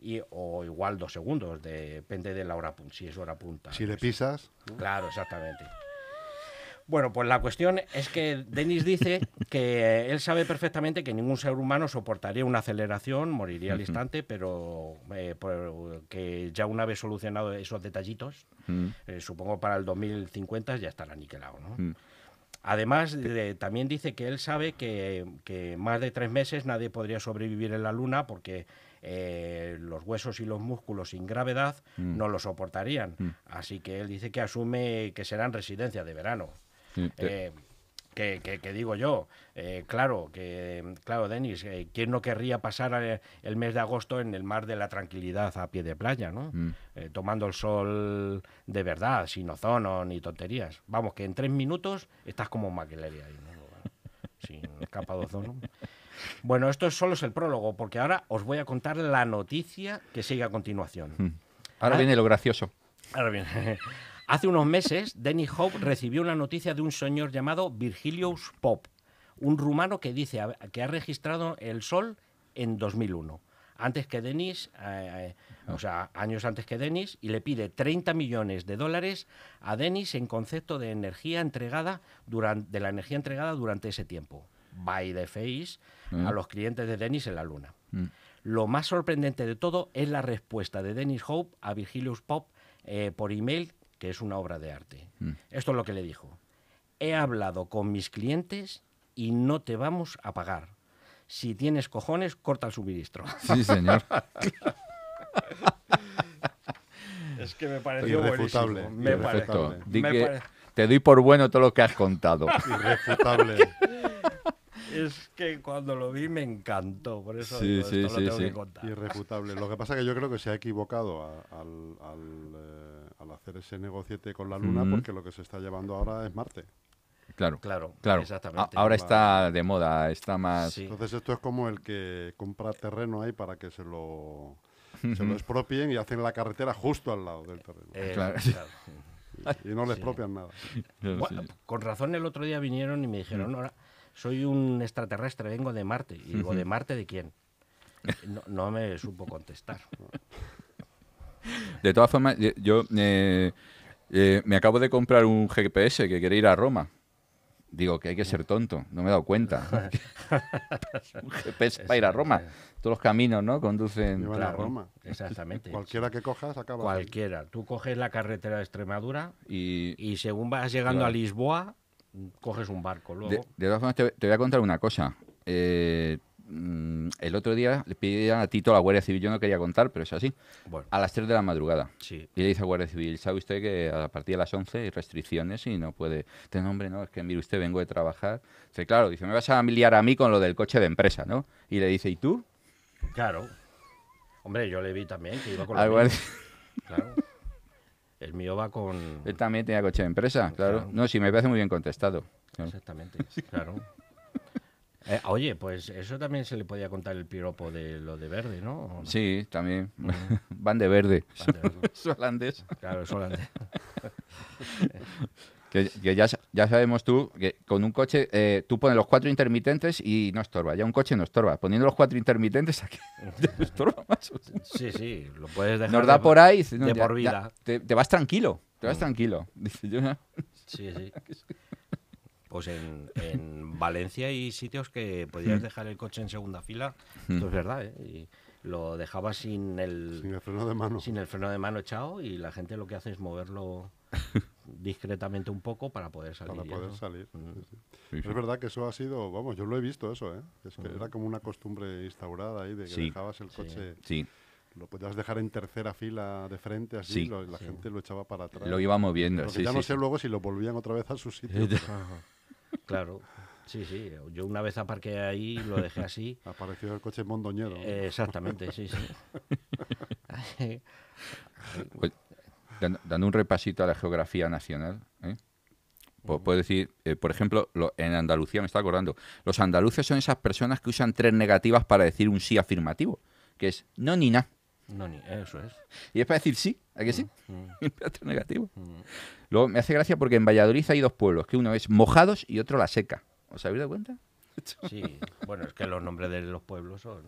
Speaker 4: y, o igual 2 segundos, depende de la hora punta, si es hora punta.
Speaker 3: Si le
Speaker 4: pues.
Speaker 3: pisas,
Speaker 4: Claro, exactamente. Bueno, pues la cuestión es que Dennis dice que él sabe perfectamente que ningún ser humano soportaría una aceleración, moriría al instante, pero eh, por- que ya una vez solucionado esos detallitos, eh, supongo para el 2050 ya estará aniquilado, ¿no? Además, de- también dice que él sabe que, que más de tres meses nadie podría sobrevivir en la Luna porque eh, los huesos y los músculos sin gravedad no lo soportarían. Así que él dice que asume que serán residencias de verano.
Speaker 5: Sí, te-
Speaker 4: Eh, que, que- que digo yo, eh, claro, que claro, Denis, eh, ¿quién no querría pasar eh, el mes de agosto en el mar de la tranquilidad a pie de playa, no? Eh, tomando el sol de verdad, sin ozono ni tonterías. Vamos, que en tres minutos estás como maquilería ahí, ¿no? Sin capa de ozono. Bueno, esto solo es el prólogo, porque ahora os voy a contar la noticia que sigue a continuación.
Speaker 5: Ahora
Speaker 4: Ah.
Speaker 5: viene lo gracioso.
Speaker 4: Ahora bien. Hace unos meses, Dennis Hope recibió una noticia de un señor llamado Virgilius Pop, un rumano que dice a- que ha registrado el sol en 2001, antes que Dennis, eh, eh, o sea, años antes que Dennis, y le pide 30 millones de dólares a Dennis en concepto de energía entregada durante, de la energía entregada durante ese tiempo, by the face, a los clientes de Dennis en la luna. Lo más sorprendente de todo es la respuesta de Dennis Hope a Virgilius Pop eh, por email, que es una obra de arte.
Speaker 5: Mm.
Speaker 4: Esto es lo que le dijo. He hablado con mis clientes y no te vamos a pagar. Si tienes cojones, corta el suministro.
Speaker 5: Sí, señor.
Speaker 4: Es que me
Speaker 3: irrefutable.
Speaker 4: Me pare-
Speaker 5: Perfecto.
Speaker 3: irrefutable,
Speaker 5: Di
Speaker 4: me
Speaker 5: que
Speaker 4: pare-
Speaker 5: te doy por bueno todo lo que has contado.
Speaker 3: Irrefutable.
Speaker 4: Es que cuando lo vi me encantó. Por eso
Speaker 5: Sí,
Speaker 4: digo,
Speaker 5: sí,
Speaker 4: esto
Speaker 5: sí,
Speaker 4: lo tengo
Speaker 5: sí.
Speaker 4: que contar.
Speaker 3: Irrefutable. Lo que pasa es que yo creo que se ha equivocado a- al, al, eh, al hacer ese negociete con la Luna
Speaker 5: Mm.
Speaker 3: porque lo que se está llevando ahora es Marte.
Speaker 5: Claro.
Speaker 4: Claro,
Speaker 5: claro.
Speaker 4: exactamente.
Speaker 5: A- ahora está de moda, está más.
Speaker 4: Sí.
Speaker 3: Entonces esto es como el que compra terreno ahí para que se lo, se lo expropien y hacen la carretera justo al lado del terreno.
Speaker 4: Eh,
Speaker 5: Claro.
Speaker 4: claro.
Speaker 3: y no le expropian nada.
Speaker 4: Bueno, con razón el otro día vinieron y me
Speaker 5: Mm.
Speaker 4: dijeron, ahora soy un extraterrestre, vengo de Marte. Y digo, ¿de Marte de quién? No, no me supo contestar.
Speaker 5: De todas formas, yo- yo eh, eh, me acabo de comprar un GPS que quiere ir a Roma. Digo que hay que ser tonto, no me he dado cuenta. un GPS para ir a Roma. Todos los caminos, ¿no? Conducen.
Speaker 3: Llevan a
Speaker 4: claro.
Speaker 3: Roma.
Speaker 4: Exactamente.
Speaker 3: Cualquiera que cojas acaba.
Speaker 4: Cualquiera. Tú coges la carretera de Extremadura
Speaker 5: Y
Speaker 4: y según vas llegando
Speaker 5: Claro.
Speaker 4: a Lisboa, coges un barco
Speaker 5: de,
Speaker 4: luego.
Speaker 5: de todas formas, te, te voy a contar una cosa. Eh, mm, el otro día le pidieron a Tito a la Guardia Civil, yo no quería contar, pero es así.
Speaker 4: Bueno,
Speaker 5: A las 3 de la madrugada.
Speaker 4: sí.
Speaker 5: Y le dice a Guardia Civil, ¿sabe usted que a partir de las 11 hay restricciones y no puede? Dice, no, hombre, no, es que mire usted, vengo de trabajar. Dice, claro, dice, me vas a liar a mí con lo del coche de empresa, ¿no? Y le dice, ¿y tú?
Speaker 4: Claro. Hombre, yo le vi también que iba con
Speaker 5: Al
Speaker 4: lo
Speaker 5: guardia-
Speaker 4: mismo, Claro. El mío va con...
Speaker 5: Él también tenía coche de empresa, claro.
Speaker 4: Claro.
Speaker 5: No, sí, me parece muy bien contestado. Claro.
Speaker 4: Exactamente, claro. Eh, oye, pues eso también se le podía contar el piropo de lo de verde, ¿no? ¿O no?
Speaker 5: Sí, también. Van de verde.
Speaker 4: Van de verde.
Speaker 5: Es holandés.
Speaker 4: Claro, eso la-
Speaker 5: Que, que ya, sa- ya sabemos tú que con un coche, eh, tú pones los cuatro intermitentes y no estorba. Ya un coche no estorba. Poniendo los cuatro intermitentes aquí, ya no estorba más.
Speaker 4: Sí, sí, lo puedes dejar.
Speaker 5: Nos da por ahí. dice, no,
Speaker 4: de
Speaker 5: ya-
Speaker 4: por
Speaker 5: ya,
Speaker 4: vida.
Speaker 5: te, te vas tranquilo. Te vas tranquilo. Dice yo. "Ah".
Speaker 4: Sí, sí. Pues en, en Valencia hay sitios que
Speaker 5: Hmm.
Speaker 4: podías dejar el coche en segunda fila, esto es verdad, ¿eh? Y lo dejabas sin
Speaker 3: Sin
Speaker 4: el,
Speaker 3: el freno de mano.
Speaker 4: sin el freno de mano echado y la gente lo que hace es moverlo discretamente un poco para poder salir.
Speaker 3: Para
Speaker 4: ya,
Speaker 3: poder
Speaker 4: ¿no?
Speaker 3: salir. sí, sí.
Speaker 5: Sí, sí.
Speaker 3: Es verdad que eso ha sido, vamos, yo lo he visto eso, ¿eh? Es que era como una costumbre instaurada ahí de que
Speaker 5: Sí,
Speaker 3: dejabas el coche,
Speaker 5: Sí,
Speaker 3: lo podías dejar en tercera fila de frente así,
Speaker 5: Sí.
Speaker 3: lo- la gente lo echaba para atrás.
Speaker 5: lo iba moviendo.
Speaker 3: Porque
Speaker 5: sí,
Speaker 3: ya
Speaker 5: sí,
Speaker 3: no
Speaker 5: sí.
Speaker 3: sé luego si lo volvían otra vez a su sitio. pero-
Speaker 4: Claro. Sí, sí. Yo una vez aparqué ahí, lo dejé así.
Speaker 3: Apareció el coche mondoñero.
Speaker 4: Eh, exactamente, sí, sí.
Speaker 5: Pues, dan- dando un repasito a la geografía nacional, ¿eh? Pu- puedo decir, eh, por ejemplo, lo- en Andalucía me está acordando, los andaluces son esas personas que usan tres negativas para decir un sí afirmativo, que es no ni na.
Speaker 4: No, ni, eso es.
Speaker 5: Y es para decir sí, ¿a que sí? Tres negativas. Luego me hace gracia porque en Valladolid hay dos pueblos, que uno es Mojados y otro La Seca. ¿Os habéis dado cuenta?
Speaker 4: Sí. Bueno, es que los nombres de los pueblos son.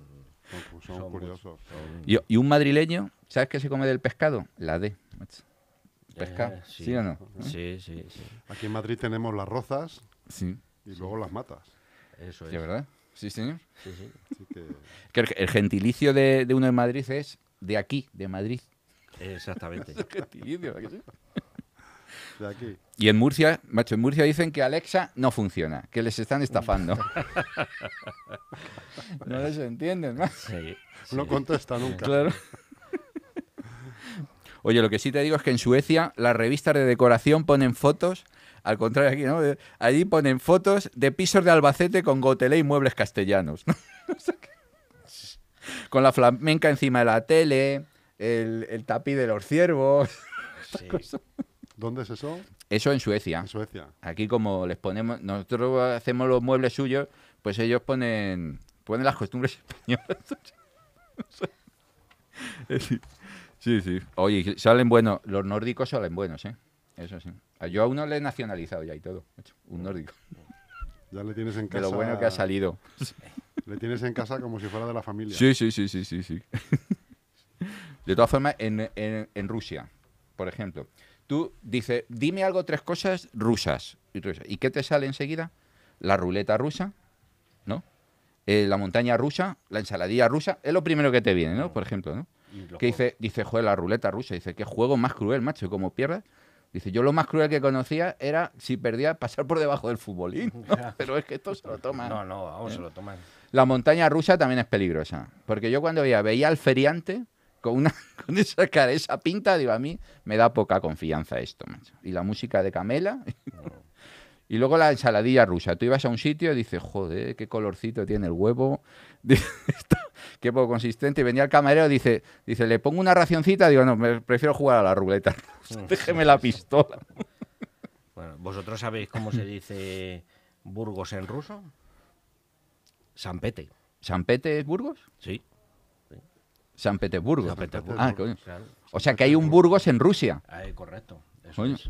Speaker 3: Son- pues son
Speaker 4: son muy-
Speaker 3: curiosos.
Speaker 4: son-
Speaker 5: Y, y un madrileño, ¿sabes qué se come del pescado? La D. macho. Pescado,
Speaker 4: Eh,
Speaker 5: ¿sí o no?
Speaker 4: Sí, sí, sí.
Speaker 3: Aquí en Madrid tenemos las rozas
Speaker 5: Sí,
Speaker 3: y luego las matas.
Speaker 4: Eso
Speaker 5: ¿de
Speaker 4: es.
Speaker 5: verdad? Sí, señor.
Speaker 4: Sí, sí.
Speaker 3: Así que
Speaker 5: Que el- el gentilicio de, de uno en Madrid es de aquí, de Madrid.
Speaker 4: Exactamente.
Speaker 5: Gentilicio, ¿a que sí?
Speaker 3: de aquí.
Speaker 5: Y en Murcia, macho, en Murcia dicen que Alexa no funciona, que les están estafando. no les entienden, ¿no?
Speaker 4: Sí,
Speaker 3: No
Speaker 4: sí.
Speaker 3: contesta nunca.
Speaker 5: Claro. Oye, lo que sí te digo es que en Suecia las revistas de decoración ponen fotos, al contrario aquí, ¿no? Eh, Allí ponen fotos de pisos de Albacete con gotelé y muebles castellanos. ¿no? O sea que- con la flamenca encima de la tele, el, el tapiz de los ciervos.
Speaker 4: Sí.
Speaker 3: ¿Dónde es eso?
Speaker 5: Eso en Suecia.
Speaker 3: En Suecia.
Speaker 5: Aquí como les ponemos, nosotros hacemos los muebles suyos, pues ellos ponen, ponen las costumbres españolas. sí, sí. Oye, salen buenos, los nórdicos salen buenos, ¿eh? Eso sí. A- Yo a uno le he nacionalizado ya y todo, macho, un nórdico.
Speaker 3: Ya le tienes en
Speaker 5: De
Speaker 3: casa.
Speaker 5: lo bueno que ha salido.
Speaker 3: Le tienes en casa como si fuera de la familia.
Speaker 5: Sí, sí, sí, sí, sí, sí. De todas formas, en, en- en Rusia, por ejemplo, tú dices, dime algo, tres cosas rusas. Y, rusas. ¿Y qué te sale enseguida? La ruleta rusa, ¿no? Eh, la montaña rusa, la ensaladilla rusa, es lo primero que te viene, ¿no? Por ejemplo, ¿no?
Speaker 4: Y los
Speaker 5: Que dice, dice, joder, la ruleta rusa, dice, qué juego más cruel, macho, y como pierdas. Dice, yo lo más cruel que conocía era, si perdía, pasar por debajo del futbolín. ¿no? Pero es que esto se lo ¿Eh? toma.
Speaker 4: No, no, vamos, se lo toman.
Speaker 5: La montaña rusa también es peligrosa. Porque yo cuando veía, veía al feriante con, una, con esa cara, esa pinta, digo, a mí me da poca confianza esto, macho. Y la música de Camela. Y luego la ensaladilla rusa. Tú ibas a un sitio y dices, joder, qué colorcito tiene el huevo. Dice, "Esto, qué poco consistente. Y venía el camarero y dice, dice, le pongo una racioncita. Digo, no, me prefiero jugar a la ruleta. Déjeme la pistola.
Speaker 4: Bueno, ¿vosotros sabéis cómo se dice Burgos en ruso? San Pete.
Speaker 5: ¿San Petersburgo?
Speaker 4: Sí,
Speaker 5: San Petersburgo.
Speaker 4: San Petersburgo.
Speaker 5: Ah, coño.
Speaker 4: claro.
Speaker 5: O sea que hay un Burgos en Rusia.
Speaker 4: Ah, eh, correcto. Eso
Speaker 5: Coño.
Speaker 4: es.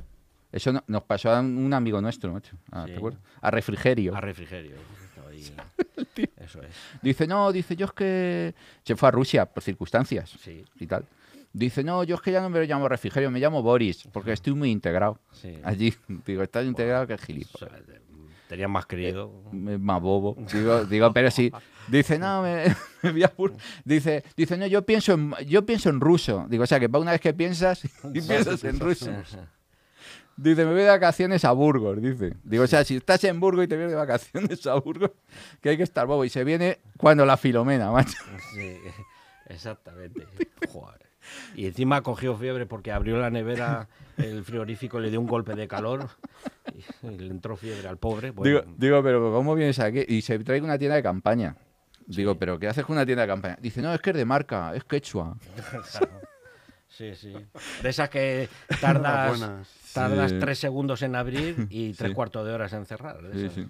Speaker 5: Eso no- nos pasó a un amigo nuestro, macho. Ah,
Speaker 4: Sí.
Speaker 5: ¿te acuerdas? A refrigerio.
Speaker 4: A refrigerio. estaba ahí. Eso es.
Speaker 5: Dice, no, dice, yo es que. Se fue a Rusia por circunstancias
Speaker 4: Sí.
Speaker 5: y tal. Dice, no, yo es que ya no me llamo refrigerio, me llamo Boris, porque estoy muy integrado.
Speaker 4: Sí.
Speaker 5: Allí, digo, estás integrado que
Speaker 4: O sea,
Speaker 5: gilipollas.
Speaker 4: tenían más querido.
Speaker 5: Me- Más bobo. Digo, digo, pero sí. Dice, no, me, me voy a Bur- Dice, dice, no, yo pienso en, yo pienso en ruso. Digo, o sea que para una vez que piensas y piensas en ruso. Dice, me voy de vacaciones a Burgos, dice. Digo, o sea, si estás en Burgos y te vienes de vacaciones a Burgos, que hay que estar bobo. Y se viene cuando la filomena, macho.
Speaker 4: Sí, exactamente. Joder. Y encima cogió fiebre porque abrió la nevera, el frigorífico le dio un golpe de calor y, y le entró fiebre al pobre. Bueno,
Speaker 5: Digo, digo, pero ¿cómo vienes aquí? Y se trae una tienda de campaña. Digo, pero ¿qué haces con una tienda de campaña? Dice, no, es que es de marca, es quechua.
Speaker 4: Sí, sí. De esas que
Speaker 3: Las
Speaker 4: tardas,
Speaker 3: buenas.
Speaker 4: tardas
Speaker 5: Sí.
Speaker 4: tres segundos en abrir y tres
Speaker 5: Sí.
Speaker 4: cuartos de horas en cerrar. de
Speaker 5: Sí,
Speaker 4: esas.
Speaker 5: sí.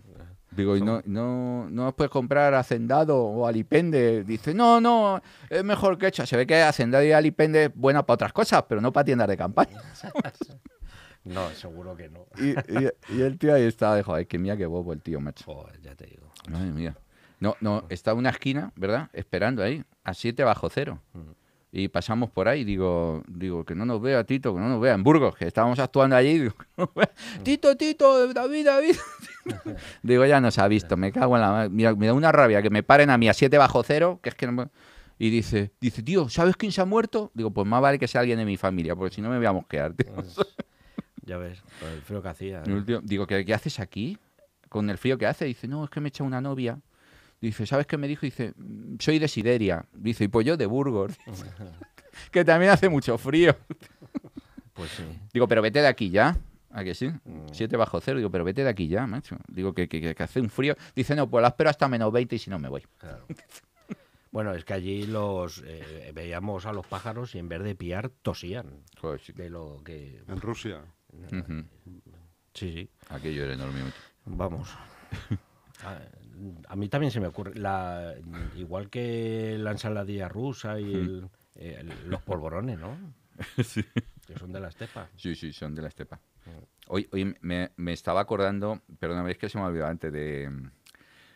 Speaker 5: Digo, ¿y no, no, no os puedes comprar Hacendado o Alipende? Dice, no, no, es mejor quechua. Se ve que Hacendado y Alipende es buena para otras cosas, pero no para tiendas de campaña.
Speaker 4: No, seguro que no.
Speaker 5: Y, y- y el tío ahí está, dijo, ay, que mía, que bobo el tío, macho.
Speaker 4: Joder, ya te digo.
Speaker 5: Madre mía. No, no, está una esquina, ¿verdad? Esperando ahí, a 7 bajo cero. Y pasamos por ahí, digo, digo, que no nos vea Tito, que no nos vea en Burgos, que estábamos actuando allí. Digo, que no nos vea. Tito, Tito, David, David. digo, ya nos ha visto, me cago en la madre. Mira, me da una rabia que me paren a mí a 7 bajo cero, que es que no me- Y dice, dice, tío, ¿sabes quién se ha muerto? Digo, pues más vale que sea alguien de mi familia, porque si no me voy a mosquear, tío.
Speaker 4: Pues, ya ves, con el frío que hacía.
Speaker 5: Y el tío- digo, ¿qué, qué haces aquí? Con el frío que hace. Dice, no, es que me echa una novia. Dice, ¿sabes qué me dijo? Dice, "Mm, soy de Siberia. Dice, y pues yo de Burgos. Dice, que también hace mucho frío.
Speaker 4: Pues sí.
Speaker 5: Digo, pero vete de aquí ya. ¿A que sí? 7 bajo cero. Digo, pero vete de aquí ya, macho. Digo, que, que- que hace un frío. Dice, no, pues la espero hasta menos 20 y si no me voy.
Speaker 4: Claro. Bueno, es que allí los eh, veíamos a los pájaros y en vez de piar tosían
Speaker 5: Joder, Pues sí.
Speaker 4: de lo que
Speaker 3: En Rusia.
Speaker 5: Ujú.
Speaker 4: sí sí
Speaker 5: Aquello era enorme. macho.
Speaker 4: vamos a, a mí también se me ocurre la igual que la ensaladilla rusa y el- eh, el- los polvorones, ¿no? Que son de la estepa.
Speaker 5: Sí, sí, son de la estepa. Hoy, hoy me, me estaba acordando, perdóname, es que se me ha olvidado antes de mm,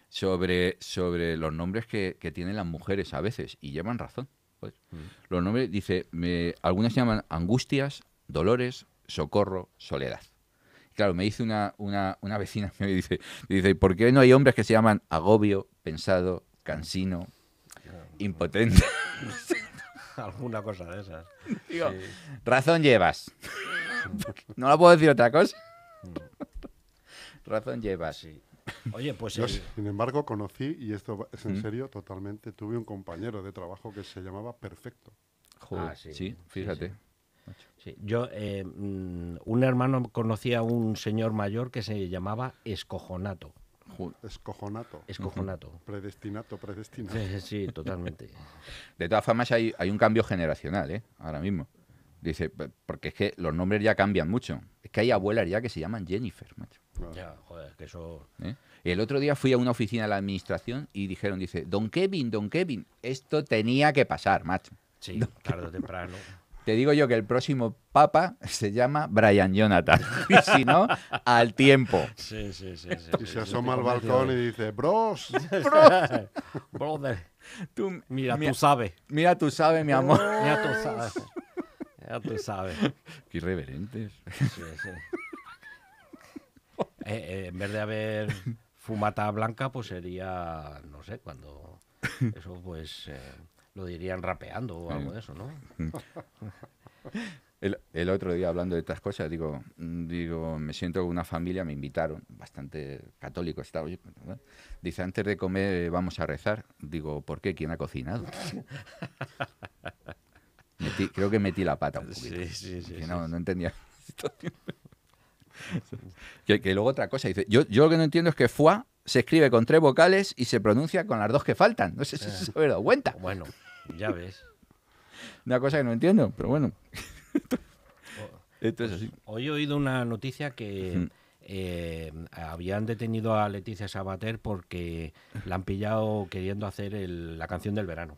Speaker 5: sobre, sobre los nombres que, que tienen las mujeres a veces y llevan razón. pues. Los nombres, dice, me, algunas se llaman angustias, dolores, socorro, soledad. Claro, me dice una, una, una vecina, me dice, dice, ¿por qué no hay hombres que se llaman agobio, pensado, cansino, impotente?
Speaker 4: Alguna cosa de esas.
Speaker 5: Digo, razón llevas. no la puedo decir otra cosa. razón llevas.
Speaker 4: Sí. Oye, pues
Speaker 3: Yo,
Speaker 4: el-
Speaker 3: sin embargo, conocí, y esto va- es
Speaker 5: Mm.
Speaker 3: en serio, totalmente, tuve un compañero de trabajo que se llamaba Perfecto.
Speaker 5: Joder,
Speaker 4: Ah, sí.
Speaker 5: sí.
Speaker 4: Sí,
Speaker 5: fíjate.
Speaker 4: sí, yo eh, mm, un hermano conocía a un señor mayor que se llamaba Escojonato.
Speaker 5: Ju-
Speaker 3: Escojonato.
Speaker 4: Escojonato.
Speaker 3: Predestinato, predestinato.
Speaker 4: Sí, sí, totalmente.
Speaker 5: De todas formas, hay, hay un cambio generacional, ¿eh? Ahora mismo. Dice, p- porque es que los nombres ya cambian mucho. Es que hay abuelas ya que se llaman Jennifer, macho.
Speaker 3: Claro.
Speaker 4: Ya, joder, que eso.
Speaker 5: ¿eh? El otro día fui a una oficina de la administración y dijeron, dice, don Kevin, don Kevin, esto tenía que pasar, macho.
Speaker 4: Sí, tarde o temprano.
Speaker 5: Te digo yo que el próximo papa se llama Brian Jonathan. Y si no, al tiempo.
Speaker 4: Sí, sí, sí. sí, sí,
Speaker 3: Y se
Speaker 4: yo
Speaker 3: asoma al
Speaker 4: estoy
Speaker 3: balcón y
Speaker 4: convencido.
Speaker 3: dice, bros,
Speaker 4: Brother,
Speaker 5: Tú-
Speaker 4: mira,
Speaker 5: mira-
Speaker 4: tú sabes.
Speaker 5: Mira, tú sabes, mi amor.
Speaker 4: Mira, tú sabes. Ya tú sabes.
Speaker 5: Qué irreverentes.
Speaker 4: Sí, sí. Eh, eh, en vez de haber fumata blanca, pues sería, no sé, cuando. Eso, pues. eh, lo dirían rapeando o algo de eso, ¿no?
Speaker 5: El, el otro día, hablando de estas cosas, digo, mm, digo, me siento con una familia, me invitaron, bastante católico estaba yo. ¿no? Dice, antes de comer eh, vamos a rezar. Digo, ¿por qué? ¿Quién ha cocinado? Metí- creo que metí la pata un poquito.
Speaker 4: Sí, sí, sí,
Speaker 5: que
Speaker 4: sí,
Speaker 5: no, no entendía. que, que luego otra cosa, dice, yo, yo lo que no entiendo es que FUA se escribe con tres vocales y se pronuncia con las dos que faltan. No sé si se habéis dado cuenta.
Speaker 4: Bueno, ya ves.
Speaker 5: Una cosa que no entiendo, pero bueno. Esto es así.
Speaker 4: Hoy he oído una noticia que
Speaker 5: Ujú.
Speaker 4: eh, habían detenido a Leticia Sabater porque la han pillado queriendo hacer el- la canción del verano.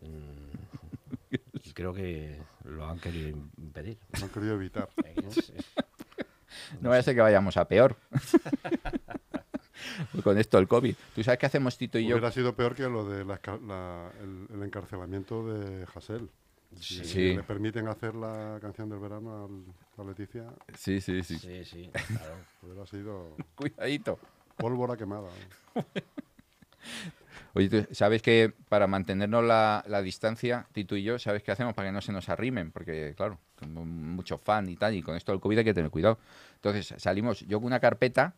Speaker 4: Mm, y creo que lo han querido impedir.
Speaker 3: no han querido evitar.
Speaker 4: Es- es-
Speaker 5: No vaya a ser que vayamos a peor. Con esto el COVID. Tú sabes que hacemos Tito y yo.
Speaker 3: Hubiera sido peor que lo de la esca- la- el, el encarcelamiento de Hassel. Si
Speaker 5: Sí.
Speaker 3: le permiten hacer la canción del verano al- a Leticia,
Speaker 5: Sí, sí, sí.
Speaker 4: sí, sí, claro.
Speaker 3: hubiera sido
Speaker 5: Cuidadito.
Speaker 3: pólvora quemada.
Speaker 5: Oye, tú sabes que para mantenernos la, la distancia, Tito y yo, ¿sabes qué hacemos para que no se nos arrimen? Porque, claro, tengo mucho fan y tal, y con esto del COVID hay que tener cuidado. Entonces, salimos yo con una carpeta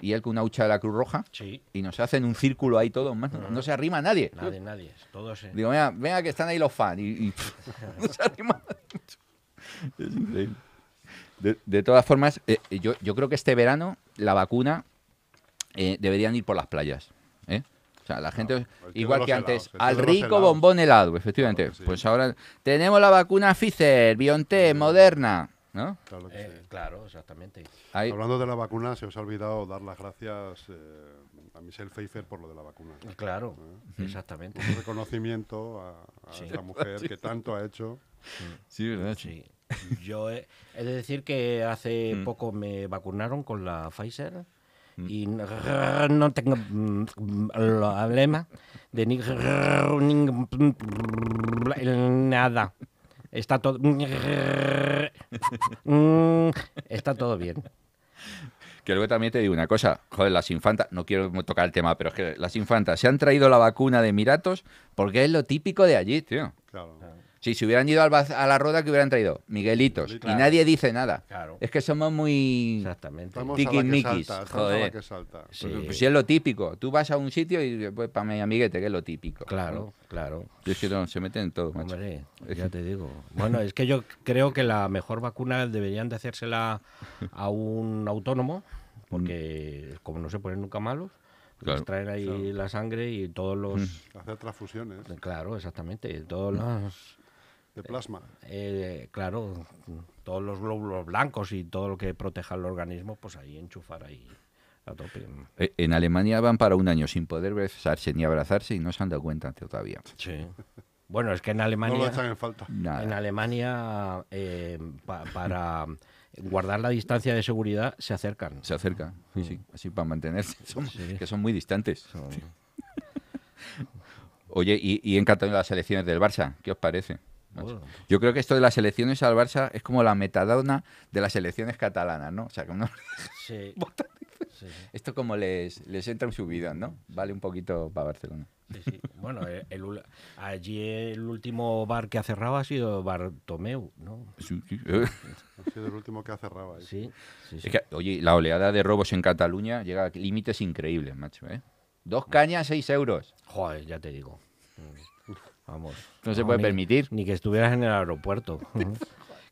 Speaker 5: y él con una hucha de la Cruz Roja
Speaker 4: Sí,
Speaker 5: y nos hacen un círculo ahí todos. más. No, no se arrima nadie.
Speaker 4: nadie, nadie. Todos. eh.
Speaker 5: Digo, venga, venga, que están ahí los fans. Y, y no se arrima nadie. Es increíble. De, de todas formas, eh, yo, yo creo que este verano la vacuna eh, deberían ir por las playas. ¿eh? O sea, la gente,
Speaker 3: el tío de
Speaker 5: igual
Speaker 3: los
Speaker 5: que antes,
Speaker 3: helados, el tío
Speaker 5: al
Speaker 3: de los
Speaker 5: rico
Speaker 3: helados.
Speaker 5: bombón helado, efectivamente.
Speaker 3: Claro que sí.
Speaker 5: Pues ahora tenemos la vacuna Pfizer, BioNTech, Moderna. ¿no?
Speaker 3: Claro que
Speaker 4: Eh,
Speaker 3: sí.
Speaker 4: claro, exactamente.
Speaker 5: Ahí-
Speaker 3: Hablando de la vacuna, se os ha olvidado dar las gracias eh, a Michelle Pfeiffer por lo de la vacuna.
Speaker 4: Claro, exactamente.
Speaker 3: Un reconocimiento a, a
Speaker 4: Sí.
Speaker 3: esta mujer que tanto ha hecho.
Speaker 5: sí, ¿verdad?
Speaker 4: Sí. Yo he, he de decir que hace poco me vacunaron con la Pfizer y n- no tengo mm, problema de ni nada. Está todo Mm, está todo bien.
Speaker 5: Que luego también te digo una cosa, joder, las infantas, no quiero tocar el tema, pero es que las infantas se han traído la vacuna de Emiratos porque es lo típico de allí, tío.
Speaker 4: Ah.
Speaker 3: Claro.
Speaker 5: Sí, si hubieran ido al baz- a la roda, que hubieran traído? Miguelitos.
Speaker 3: Claro.
Speaker 5: Y nadie dice nada.
Speaker 4: Claro.
Speaker 5: Es que somos muy...
Speaker 4: Exactamente.
Speaker 3: Estamos a la que
Speaker 5: Tiquismiquis,
Speaker 3: salta, estamos a la
Speaker 5: joder.
Speaker 3: que salta.
Speaker 4: Sí,
Speaker 5: Pues, pues, si es lo típico. Tú vas a un sitio y pues, para mi amiguete, que es lo típico.
Speaker 4: claro, claro.
Speaker 5: ¿no? Es que no, se meten en todo, macho.
Speaker 4: Hombre, ya te digo. Bueno, es que yo creo que la mejor vacuna deberían de hacérsela a un autónomo, porque como no se ponen nunca malos,
Speaker 5: Mm. Claro. Mm.
Speaker 4: les traen ahí la sangre y todos los...
Speaker 3: Hacer transfusiones
Speaker 4: Claro, exactamente. Todos los...
Speaker 3: de plasma.
Speaker 4: eh, claro, todos los glóbulos blancos y todo lo que proteja el organismo, pues ahí enchufar ahí a tope.
Speaker 5: Eh, En Alemania van para un año sin poder besarse ni abrazarse y no se han dado cuenta todavía.
Speaker 4: Sí. Bueno, es que en
Speaker 3: No
Speaker 4: Alemania...
Speaker 3: lo echan en falta.
Speaker 5: Nada.
Speaker 4: En Alemania, eh, pa- para guardar la distancia de seguridad, se acercan.
Speaker 5: Se acerca, sí, sí, así para mantenerse, Son- que son muy distantes. Oye, y, y en Cataluña las elecciones del Barça, ¿qué os parece?
Speaker 4: Bueno.
Speaker 5: Yo creo que esto de las elecciones al Barça es como la metadona de las elecciones catalanas, ¿no? O sea, que uno-
Speaker 4: Sí. Sí,
Speaker 5: esto como les, les entra un subidón, ¿no? Vale un poquito para Barcelona.
Speaker 4: sí, sí. Bueno, eh, el ul- allí el último bar que ha cerrado ha sido Bartomeu, ¿no?
Speaker 3: Ha sido el último que ha cerrado ahí.
Speaker 4: Sí, sí, sí.
Speaker 5: Es que, oye, la oleada de robos en Cataluña llega a límites increíbles, macho, ¿eh? Dos cañas, seis euros.
Speaker 4: Joder, ya te digo. Mm. Vamos.
Speaker 5: No se puede
Speaker 4: ni-
Speaker 5: permitir.
Speaker 4: Ni que estuvieras en el aeropuerto. Ujú.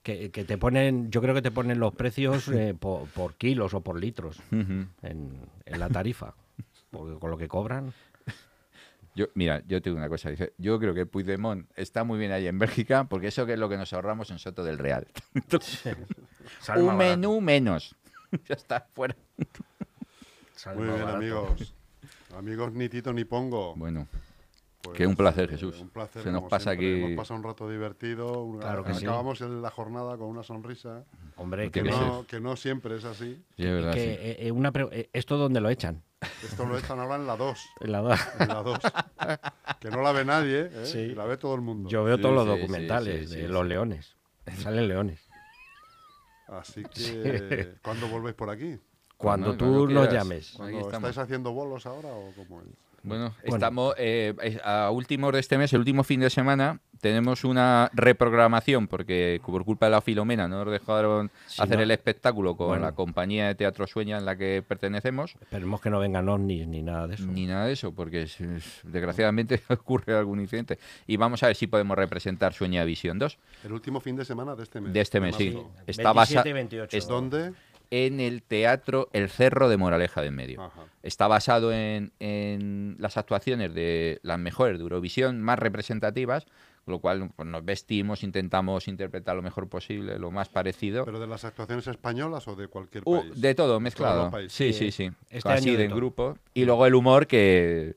Speaker 4: Que, que te ponen, yo creo que te ponen los precios eh, por, por kilos o por litros en, en la tarifa. Porque con lo que cobran.
Speaker 5: Yo, mira, yo te digo una cosa. Dice, yo creo que Puigdemont está muy bien ahí en Bélgica porque eso que es lo que nos ahorramos en Soto del Real. Entonces,
Speaker 4: sale
Speaker 5: un
Speaker 4: más barato.
Speaker 5: menú menos. ya está fuera.
Speaker 4: Sale
Speaker 3: Muy
Speaker 4: más
Speaker 3: bien,
Speaker 4: barato.
Speaker 3: amigos. Amigos, ni Tito ni Pongo.
Speaker 5: Bueno,
Speaker 3: Pues,
Speaker 5: que un placer,
Speaker 3: eh,
Speaker 5: Jesús.
Speaker 3: Un placer.
Speaker 5: Se nos
Speaker 3: como
Speaker 5: pasa
Speaker 3: siempre.
Speaker 5: aquí-
Speaker 3: Hemos pasado un rato divertido. un-
Speaker 4: Claro que sí.
Speaker 3: Acabamos el- la jornada con una sonrisa.
Speaker 4: Hombre,
Speaker 5: Porque
Speaker 4: que,
Speaker 3: Que
Speaker 5: Tiene que
Speaker 4: no,
Speaker 3: no, que no siempre es así.
Speaker 5: sí, es verdad.
Speaker 4: que,
Speaker 5: sí.
Speaker 4: eh, eh, una pre- eh, ¿Esto dónde lo echan?
Speaker 3: Esto lo están ahora en la 2.
Speaker 4: En la da-
Speaker 3: En la 2. que no la ve nadie, ¿eh?
Speaker 4: Sí.
Speaker 3: Y la ve todo el mundo.
Speaker 4: Yo veo
Speaker 5: Sí,
Speaker 4: todos los
Speaker 5: sí, sí,
Speaker 4: documentales
Speaker 5: sí,
Speaker 4: de
Speaker 5: sí,
Speaker 4: los
Speaker 5: sí.
Speaker 4: leones. Salen leones.
Speaker 3: Así que, ¿cuándo volvéis por aquí?
Speaker 4: Cuando
Speaker 5: Cuando-
Speaker 4: tú
Speaker 5: cuando
Speaker 4: nos
Speaker 5: quieras.
Speaker 4: llames.
Speaker 5: Aquí
Speaker 3: ¿Cuándo
Speaker 5: estamos.
Speaker 3: estáis haciendo bolos ahora o cómo es?
Speaker 5: Bueno, estamos eh, es- a últimos de este mes, el último fin de semana, tenemos una reprogramación porque por culpa de la Filomena no nos dejaron
Speaker 4: Sí,
Speaker 5: hacer
Speaker 4: no.
Speaker 5: el espectáculo con
Speaker 4: Bueno.
Speaker 5: la compañía de Teatro Sueña en la que pertenecemos.
Speaker 4: Esperemos que no vengan ovnis ni nada de eso.
Speaker 5: Ni nada de eso, porque es- es- desgraciadamente ocurre algún incidente. Y vamos a ver si podemos representar Sueña Visión 2
Speaker 3: El último fin de semana de este mes.
Speaker 5: de este mes. Sí.
Speaker 3: marzo.
Speaker 5: Está
Speaker 4: 27
Speaker 5: basado
Speaker 4: y 28.
Speaker 5: es
Speaker 3: ¿Dónde?
Speaker 5: en el teatro El Cerro de Moraleja de en medio.
Speaker 3: Ajá.
Speaker 5: Está basado en, en las actuaciones de las mejores de Eurovisión, más representativas, con lo cual pues, nos vestimos, intentamos interpretar lo mejor posible, lo más parecido.
Speaker 3: ¿Pero de las actuaciones españolas o de cualquier
Speaker 5: Uh,
Speaker 3: país?
Speaker 5: de todo,
Speaker 3: Todos
Speaker 5: mezclado.
Speaker 3: los países.
Speaker 5: Sí, sí, sí.
Speaker 4: Este
Speaker 5: Así
Speaker 4: año de
Speaker 5: de en
Speaker 4: todo.
Speaker 5: grupo. Y luego el humor que,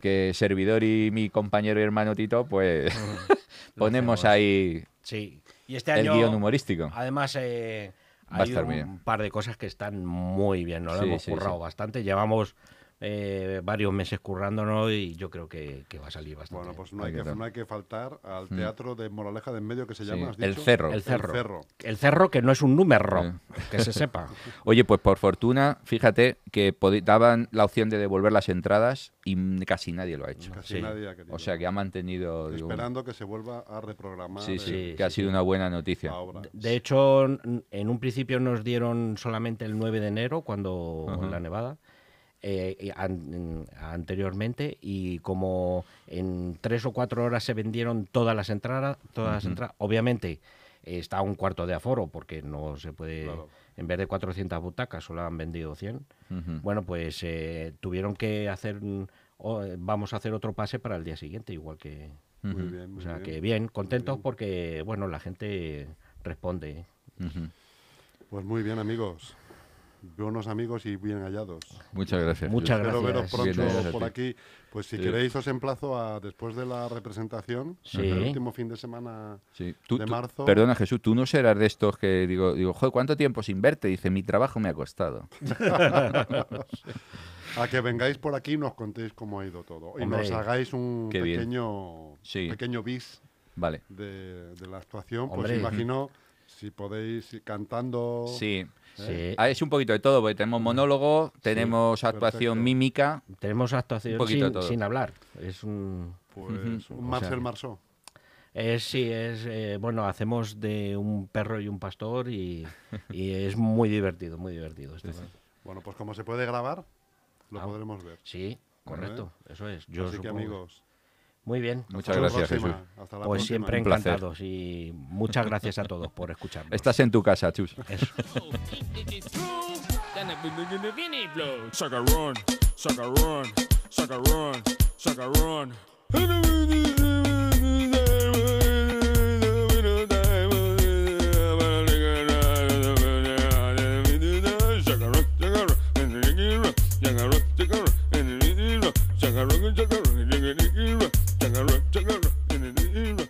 Speaker 5: que servidor y mi compañero y hermano Tito, pues ponemos
Speaker 4: hacemos.
Speaker 5: ahí
Speaker 4: Sí. Y este
Speaker 5: el
Speaker 4: año,
Speaker 5: guión humorístico.
Speaker 4: además, eh,
Speaker 5: Va a
Speaker 4: hay
Speaker 5: estar
Speaker 4: un
Speaker 5: bien.
Speaker 4: par de cosas que están muy bien. Nos lo
Speaker 5: Sí,
Speaker 4: hemos
Speaker 5: sí,
Speaker 4: currado
Speaker 5: sí.
Speaker 4: bastante. Llevamos eh, varios meses currándonos y yo creo que, que va a salir bastante
Speaker 3: Bueno,
Speaker 4: bien.
Speaker 3: pues no hay,
Speaker 5: Ahí
Speaker 3: que,
Speaker 5: está.
Speaker 3: no hay que faltar al Teatro de Moraleja de en Medio, que se
Speaker 5: Mm. Sí,
Speaker 3: llama, ¿has
Speaker 5: El
Speaker 3: dicho?
Speaker 5: Cerro.
Speaker 4: El cerro.
Speaker 3: El cerro.
Speaker 4: El cerro que no es un número,
Speaker 5: Eh.
Speaker 4: que se sepa.
Speaker 5: Oye, pues por fortuna, fíjate que podi- daban la opción de devolver las entradas y mm, casi nadie lo ha hecho.
Speaker 3: Casi nadie ha querido.
Speaker 5: O sea que ha mantenido. digo,
Speaker 3: Esperando que se vuelva a reprogramar
Speaker 5: sí, sí,
Speaker 4: Sí,
Speaker 5: que ha
Speaker 4: sí,
Speaker 5: sido una buena
Speaker 3: eh,
Speaker 5: noticia.
Speaker 3: la obra.
Speaker 4: De hecho, n- en un principio nos dieron solamente el 9 de enero, cuando la nevada, eh, y an- anteriormente, y como en tres o cuatro horas se vendieron todas las entradas, todas las entradas, obviamente eh, está un cuarto de aforo, porque no se puede,
Speaker 3: Claro.
Speaker 4: en vez de 400 butacas, solo han vendido 100.
Speaker 5: Ujú.
Speaker 4: Bueno, pues eh, tuvieron que hacer, un- o- vamos a hacer otro pase para el día siguiente, igual que...
Speaker 3: Muy bien, muy
Speaker 4: O sea
Speaker 3: bien.
Speaker 4: que bien, contentos porque, bueno, la gente responde. ¿eh?
Speaker 5: Ujú.
Speaker 3: Pues muy bien, amigos. Buenos amigos y bien hallados.
Speaker 5: Muchas gracias.
Speaker 4: Muchas
Speaker 5: Jesús.
Speaker 3: Espero veros
Speaker 4: Gracias.
Speaker 3: pronto
Speaker 5: Gracias a
Speaker 3: por
Speaker 5: ti.
Speaker 3: aquí. Pues si
Speaker 5: Sí.
Speaker 3: queréis os emplazo a después de la representación,
Speaker 4: Sí.
Speaker 3: el último fin de semana
Speaker 5: Sí. Tú-
Speaker 3: de
Speaker 5: tú-
Speaker 3: marzo.
Speaker 5: Perdona, Jesús, tú no serás de estos que digo, digo, joder, ¿cuánto tiempo sin verte? Dice, mi trabajo me ha costado.
Speaker 3: A que vengáis por aquí y nos contéis cómo ha ido todo. Y
Speaker 4: Hombre.
Speaker 3: nos hagáis un
Speaker 5: Qué bien.
Speaker 3: pequeño,
Speaker 5: Sí.
Speaker 3: pequeño bis
Speaker 5: Vale.
Speaker 3: de, de la actuación. Pues
Speaker 4: Hombre.
Speaker 3: imagino si podéis ir cantando.
Speaker 5: Sí.
Speaker 4: Sí.
Speaker 5: Ah, es un poquito de todo, porque tenemos monólogo, tenemos actuación
Speaker 3: perfecto.
Speaker 5: mímica.
Speaker 4: Tenemos
Speaker 5: Un
Speaker 4: actuación
Speaker 5: poquito de
Speaker 4: sin,
Speaker 5: todo.
Speaker 4: sin hablar. Es un...
Speaker 3: Pues un
Speaker 4: O
Speaker 3: Marcel
Speaker 4: sea-
Speaker 3: Marceau.
Speaker 4: Eh, sí, es eh, bueno, hacemos de un perro y un pastor y, y es muy divertido, muy divertido. este juego.
Speaker 3: Bueno, pues como se puede grabar, lo
Speaker 4: Ah.
Speaker 3: podremos ver.
Speaker 4: Sí, correcto, eso es. Yo
Speaker 3: Así
Speaker 4: supongo
Speaker 3: que
Speaker 4: que-
Speaker 3: amigos,
Speaker 4: Muy bien.
Speaker 5: Muchas
Speaker 3: hasta la
Speaker 5: gracias,
Speaker 3: próxima.
Speaker 5: Jesús.
Speaker 3: Hasta la
Speaker 4: Pues
Speaker 3: próxima.
Speaker 4: siempre
Speaker 5: Un placer.
Speaker 4: encantados y muchas gracias a todos por escucharnos.
Speaker 5: Estás en tu casa, Chus.
Speaker 4: Eso.
Speaker 1: Sucker run, sucker run, sucker run, sucker run. Sucker run, sucker run.